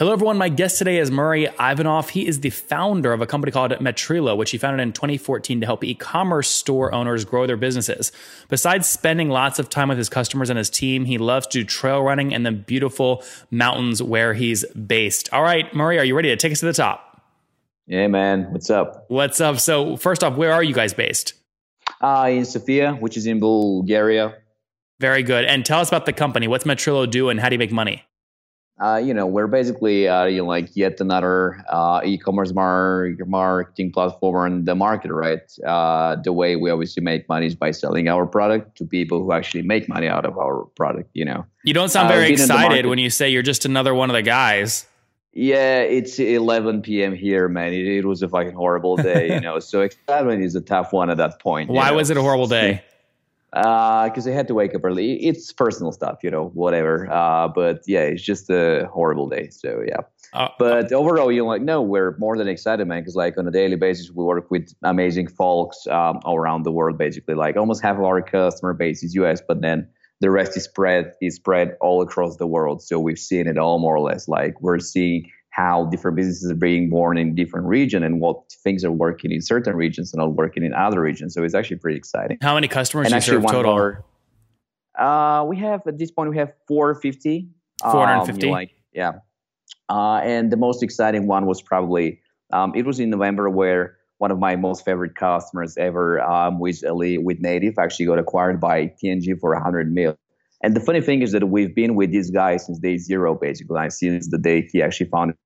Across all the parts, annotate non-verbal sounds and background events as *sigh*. Hello, everyone. My guest today is Murray Ivanov. He is the founder of a company called Metrilo, which he founded in 2014 to help e commerce store owners grow their businesses. Besides spending lots of time with his customers and his team, he loves to do trail running in the beautiful mountains where he's based. All right, Murray, are you ready to take us to the top? Yeah, man. What's up? What's up? So, first off, where are you guys based? Uh, in Sofia, which is in Bulgaria. Very good. And tell us about the company. What's Metrilo do and how do you make money? Uh, you know, we're basically uh, you know, like yet another uh, e-commerce mar- marketing platform in the market, right? Uh, the way we obviously make money is by selling our product to people who actually make money out of our product. You know, you don't sound very excited when you say you're just another one of the guys. Yeah, it's 11 p.m. here, man. It, it was a fucking horrible day, *laughs* you know. So excitement is a tough one at that point. Why you know? was it a horrible day? because uh, I had to wake up early. It's personal stuff, you know, whatever. Uh, but yeah, it's just a horrible day. So yeah. Uh, but overall, you're like, no, we're more than excited, man. Because like on a daily basis, we work with amazing folks um, around the world. Basically, like almost half of our customer base is U.S., but then the rest is spread is spread all across the world. So we've seen it all more or less. Like we're seeing how different businesses are being born in different region and what things are working in certain regions and not working in other regions. So it's actually pretty exciting. How many customers and do you serve total? More, uh, we have at this point we have 450. 450. Um, like, yeah. Uh, and the most exciting one was probably um, it was in November where one of my most favorite customers ever um, with Ali with Native actually got acquired by TNG for 100 mil. And the funny thing is that we've been with this guy since day zero, basically, and since the day he actually founded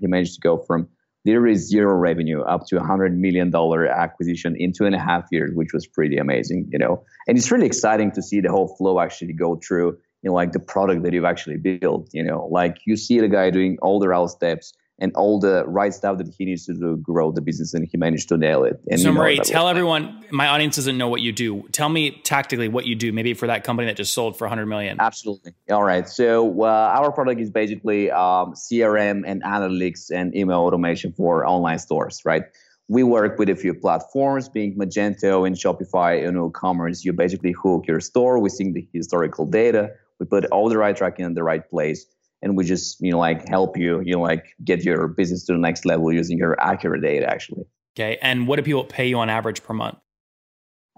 he managed to go from literally zero revenue up to a hundred million dollar acquisition in two and a half years, which was pretty amazing, you know. And it's really exciting to see the whole flow actually go through, you know, like the product that you've actually built, you know, like you see the guy doing all the right steps and all the right stuff that he needs to do to grow the business, and he managed to nail it. And so, you know, Marie, tell everyone, like. my audience doesn't know what you do. Tell me tactically what you do, maybe for that company that just sold for 100 million. Absolutely. All right. So, uh, our product is basically um, CRM and analytics and email automation for online stores, right? We work with a few platforms, being Magento and Shopify and WooCommerce. You basically hook your store. We sync the historical data. We put all the right tracking in the right place and we just you know like help you you know like get your business to the next level using your accurate data actually okay and what do people pay you on average per month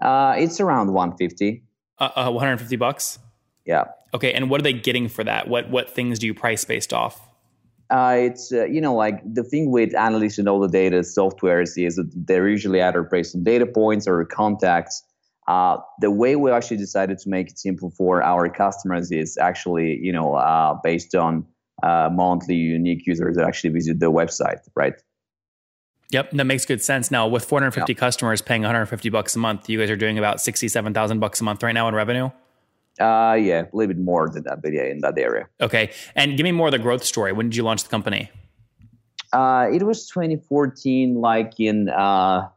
uh it's around 150 uh, uh 150 bucks yeah okay and what are they getting for that what what things do you price based off uh, it's uh, you know like the thing with analysts and all the data softwares is that they're usually either based on data points or contacts uh, the way we actually decided to make it simple for our customers is actually, you know, uh, based on uh, monthly unique users that actually visit the website, right? Yep, that makes good sense. Now, with 450 yeah. customers paying 150 bucks a month, you guys are doing about 67,000 bucks a month right now in revenue. Uh, yeah, a little bit more than that, but yeah, in that area. Okay, and give me more of the growth story. When did you launch the company? Uh, it was 2014, like in uh,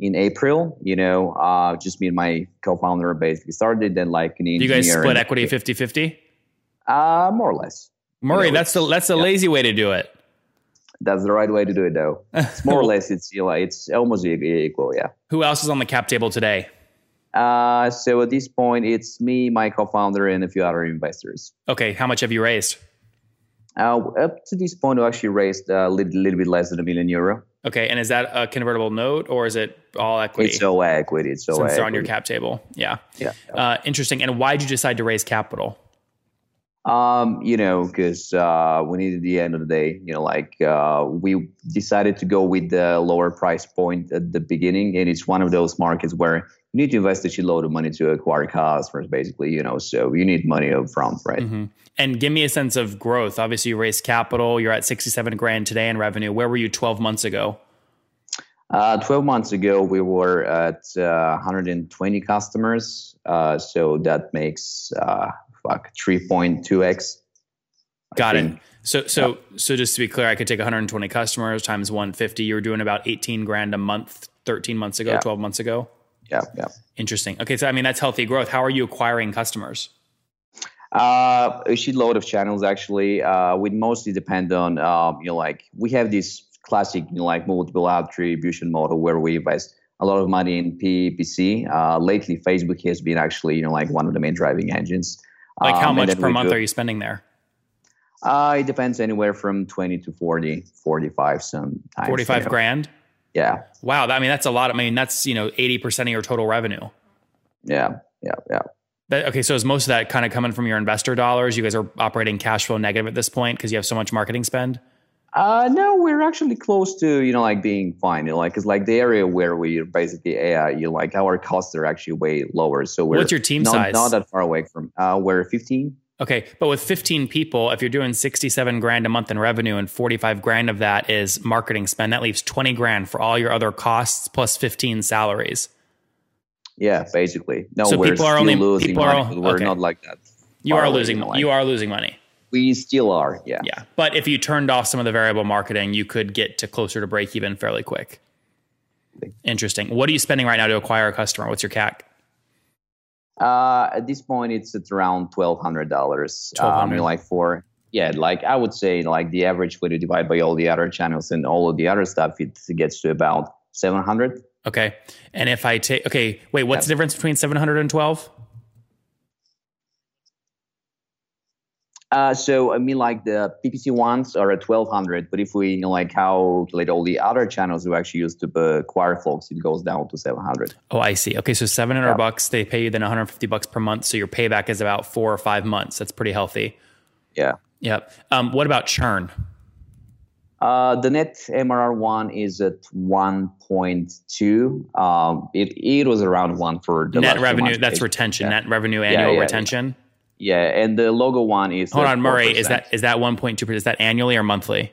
in April, you know, uh, just me and my co-founder basically started then like an engineer. You guys split equity 50 50? Uh, more or less. Murray, you know, that's the, that's the yeah. lazy way to do it. That's the right way to do *laughs* it though. It's more or less, it's, you know, it's almost e-, equal. Yeah. Who else is on the cap table today? Uh, so at this point it's me, my co-founder and a few other investors. Okay. How much have you raised? Uh, up to this point, we actually raised a little, little bit less than a million euro. Okay, and is that a convertible note or is it all equity? It's all equity. It's all Since equity. they're on your cap table, yeah. Yeah. Uh, interesting. And why did you decide to raise capital? Um, you know, because uh, we needed the end of the day. You know, like uh, we decided to go with the lower price point at the beginning, and it's one of those markets where you need to invest a shitload of money to acquire customers, basically, you know, so you need money up front, right? Mhm. And give me a sense of growth. Obviously, you raised capital. You're at 67 grand today in revenue. Where were you 12 months ago? Uh, 12 months ago, we were at uh, 120 customers. Uh, so that makes uh, fuck 3.2x. I Got think. it. So, so, so just to be clear, I could take 120 customers times 150. You were doing about 18 grand a month 13 months ago, Yeah. 12 months ago. Yeah, yeah. Interesting. Okay, so I mean that's healthy growth. How are you acquiring customers? Uh, a shitload of channels actually. Uh, we mostly depend on um, you know like we have this classic you know, like multiple attribution model where we invest a lot of money in PPC. Uh, lately, Facebook has been actually you know like one of the main driving engines. Like how Um, and much then per we month do- are you spending there? Uh, it depends anywhere from 20 to 40, 45 sometimes. 45 you know. grand. Yeah, Wow. that- I mean that's a lot. I mean that's you know 80 percent of your total revenue. yeah, yeah, yeah. That, okay, so is most of that kind of coming from your investor dollars? You guys are operating cash flow negative at this point because you have so much marketing spend. Uh, no, we're actually close to you know like being fine. You know, like it's like the area where we basically uh, you know, like our costs are actually way lower. So we're What's your team not, size? Not that far away from. Uh, we're 15. Okay, but with 15 people, if you're doing 67 grand a month in revenue and 45 grand of that is marketing spend, that leaves 20 grand for all your other costs plus 15 salaries. Yeah, basically. No, So we're people are still only- losing people are money, all- but we're okay. not like that. You far are away, losing know, like- you are losing money. We still are. Yeah. Yeah. But if you turned off some of the variable marketing, you could get to closer to break even fairly quick. Interesting. What are you spending right now to acquire a customer? What's your CAC? Uh, at this point, it's it's around twelve hundred dollars. Um, $1,200. like for yeah, like I would say, like the average when you divide by all the other channels and all of the other stuff, it gets to about seven hundred. Okay. And if I take okay, wait, what's the difference between 700 and 12? Uh, so I mean, like the PPC ones are at twelve hundred, but if we you know, like calculate all the other channels who actually use to uh, acquire folks, it goes down to seven hundred. Oh, I see. Okay, so 700 Yeah. bucks, they pay you then 150 bucks per month, so your payback is about 4 or 5 months. That's pretty healthy. Yeah. Yep. Um, what about churn? Uh, the net MRR one is at one point two. Um, it it was around one for the last net few revenue, months, that's basically. retention, Yeah. net revenue annual yeah, retention. Yeah, and the logo one is Hold at on, Murray, is 4%. that is that 1.2 is that annually or monthly?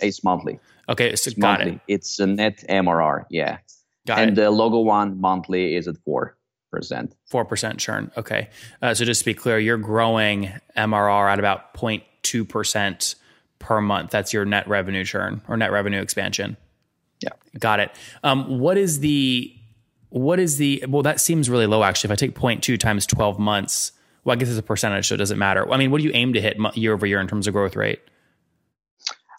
it's monthly? Okay, so It's got monthly. it. It's a net MRR. Yeah, Got it. and the logo one monthly is at four percent. four percent churn. Okay, uh, so just to be clear, you're growing MRR at about 0.2 percent per month. That's your net revenue churn or net revenue expansion. Yeah. got it. Um, what is the what is the well? That seems really low actually. If I take 0.2 times 12 months, well, I guess it's a percentage, so it doesn't matter. I mean, what do you aim to hit mo- year over year in terms of growth rate?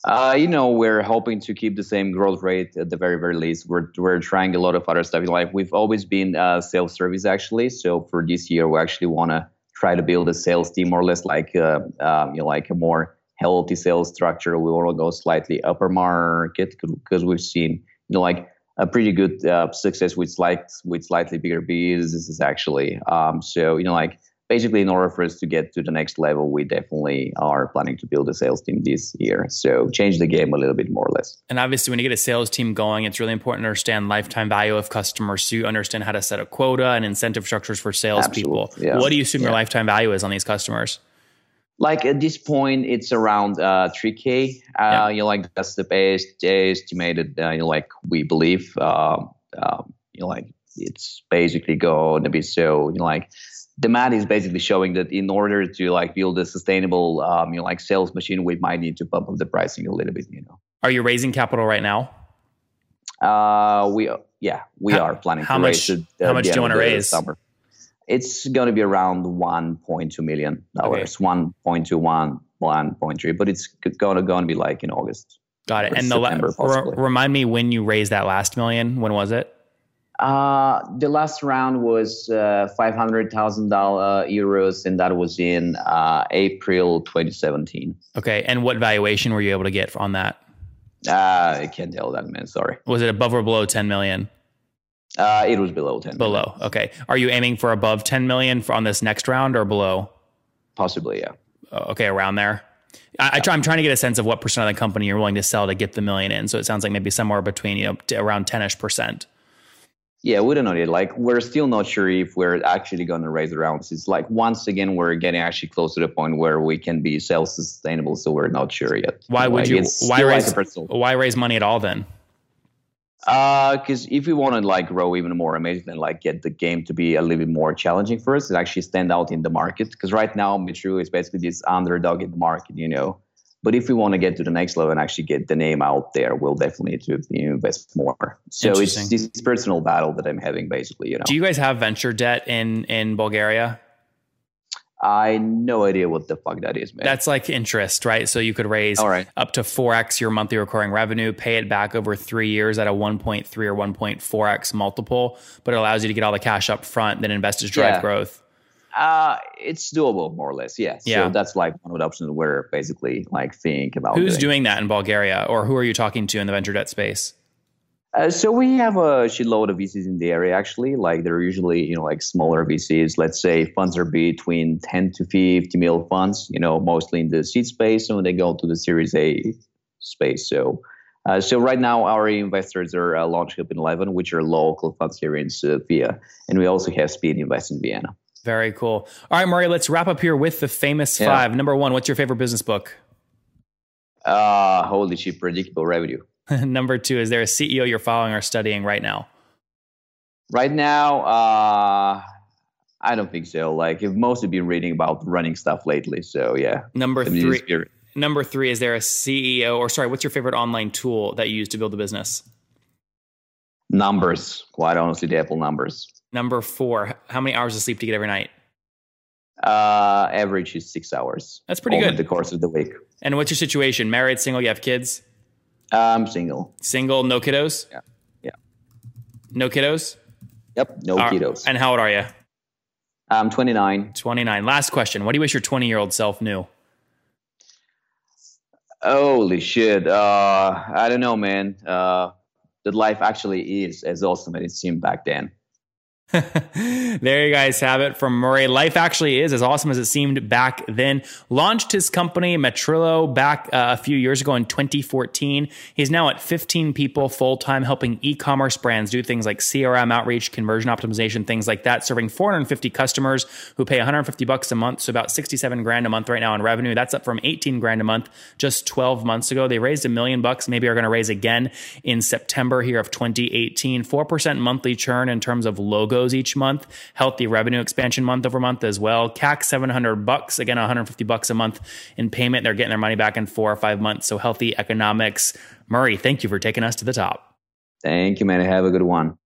Uh, you know, we're hoping to keep the same growth rate at the very, very least. We're we're trying a lot of other stuff in life. We've always been uh, self service actually. So for this year, we actually want to try to build a sales team, more or less like uh, um, you know, like a more healthy sales structure. We want to go slightly upper market because we've seen you know like a pretty good uh, success with slight with slightly bigger businesses actually. Um, so you know like. Basically, in order for us to get to the next level, we definitely are planning to build a sales team this year. So change the game a little bit more or less. And obviously, when you get a sales team going, it's really important to understand lifetime value of customers. So you understand how to set a quota and incentive structures for salespeople. Absolutely, yeah. What do you assume your Yeah. lifetime value is on these customers? Like at this point, it's around uh, 3K. Uh, Yeah. You know, like that's the best estimated. Uh, you know, like we believe. Um, um, you know, like it's basically going to be so. You know, like the math is basically showing that in order to like build a sustainable, um, you know, like sales machine, we might need to bump up the pricing a little bit. You know, Are you raising capital right now? Uh, we yeah, we How- are planning how to much- raise it. at how much the do you end wanna of the raise? Summer. It's going to be around 1.2 million dollars, 1.21, 1.3, but it's going to going to be like in August. Got it. Or And the la- September, re- possibly. remind me when you raised that last million. When was it? Uh, the last round was uh, 500,000 uh, euros, and that was in uh, April 2017. Okay. And what valuation were you able to get on that? Uh, I can't tell that man. Sorry, Was it above or below 10 million? uh, it was below 10. million. Below. Okay. Are you aiming for above 10 million for on this next round or below? possibly, yeah. Uh, okay, around there. I, I try, I'm trying to get a sense of what percent of the company you're willing to sell to get the million in. So it sounds like maybe somewhere between you know t- around 10ish percent. Yeah, we don't know yet. Like, we're still not sure if we're actually going to raise the rounds. It's like once again, we're getting actually close to the point where we can be self-sustainable, so we're not sure yet. Why would Like, you? it's Why still like raise? a personal- why raise money at all then? because if we want to like grow even more amazing and like get the game to be a little bit more challenging for us and actually stand out in the market because right now Mitru is basically this underdog in the market you know but if we want to get to the next level and actually get the name out there we'll definitely need to invest more so it's Interesting. this personal battle that i'm having basically you know Do you guys have venture debt in in Bulgaria? i no idea what the fuck that is man That's like interest, right? So you could raise all right up to 4x your monthly recurring revenue, pay it back over three years at a 1.3 or 1.4x multiple, but it allows you to get all the cash up front, then invest to drive Yeah. growth. uh it's doable more or less yes Yeah. so that's like one of the options we're basically like think about Who's doing that in Bulgaria or who are you talking to in the venture debt space? Uh, so we have a shitload of VCs in the area. Actually, like they're usually you know like smaller VCs. Let's say funds are between ten to fifty mil funds. You know, mostly in the seed space, and they go to the Series A space. So. Uh, so right now our investors are uh, Launch Hub and Eleven, which are local funds here in Sofia, and we also have Speed Invest in Vienna. Very cool. All right, Murray, let's wrap up here with the famous Yeah. five. Number one, what's your favorite business book? *laughs* Uh, holy shit, predictable revenue. Number two, is there a CEO you're following or studying right now? Right now, uh, I don't think so. Like I've mostly been reading about running stuff lately. So yeah, Number I mean, three, it's- number three, is there a CEO or sorry, what's your favorite online tool that you use to build a business? Numbers, quite honestly, the Apple numbers. Number four, how many hours of sleep do you get every night? Uh, average is six hours. That's pretty over good. The course of the week. And what's your situation? Married, single, you have kids? I'm single. Single, no kiddos? Yeah. Yeah. No kiddos? Yep, no Are- kiddos. And how old are you? I'm 29. 29. Last question. What do you wish your 20 year old self knew? Holy shit. Uh, I don't know, man. Uh, that life actually is as awesome as it seemed back then. there you guys have it from Murray. Life actually is as awesome as it seemed back then. Launched his company Metrillo back uh, a few years ago in 2014. He's now at 15 people full time, helping e-commerce brands do things like CRM outreach, conversion optimization, things like that. Serving 450 customers who pay 150 bucks a month, so about 67 grand a month right now in revenue. That's up from 18 grand a month just 12 months ago. They raised a million bucks. Maybe are going to raise again in September here of 2018. 4% monthly churn in terms of logos each month. Healthy revenue expansion month over month as well. CAC 700 bucks. Again, 150 bucks a month in payment. They're getting their money back in four or five months. So healthy economics. Murray, thank you for taking us to the top. Thank you, man. Have a good one.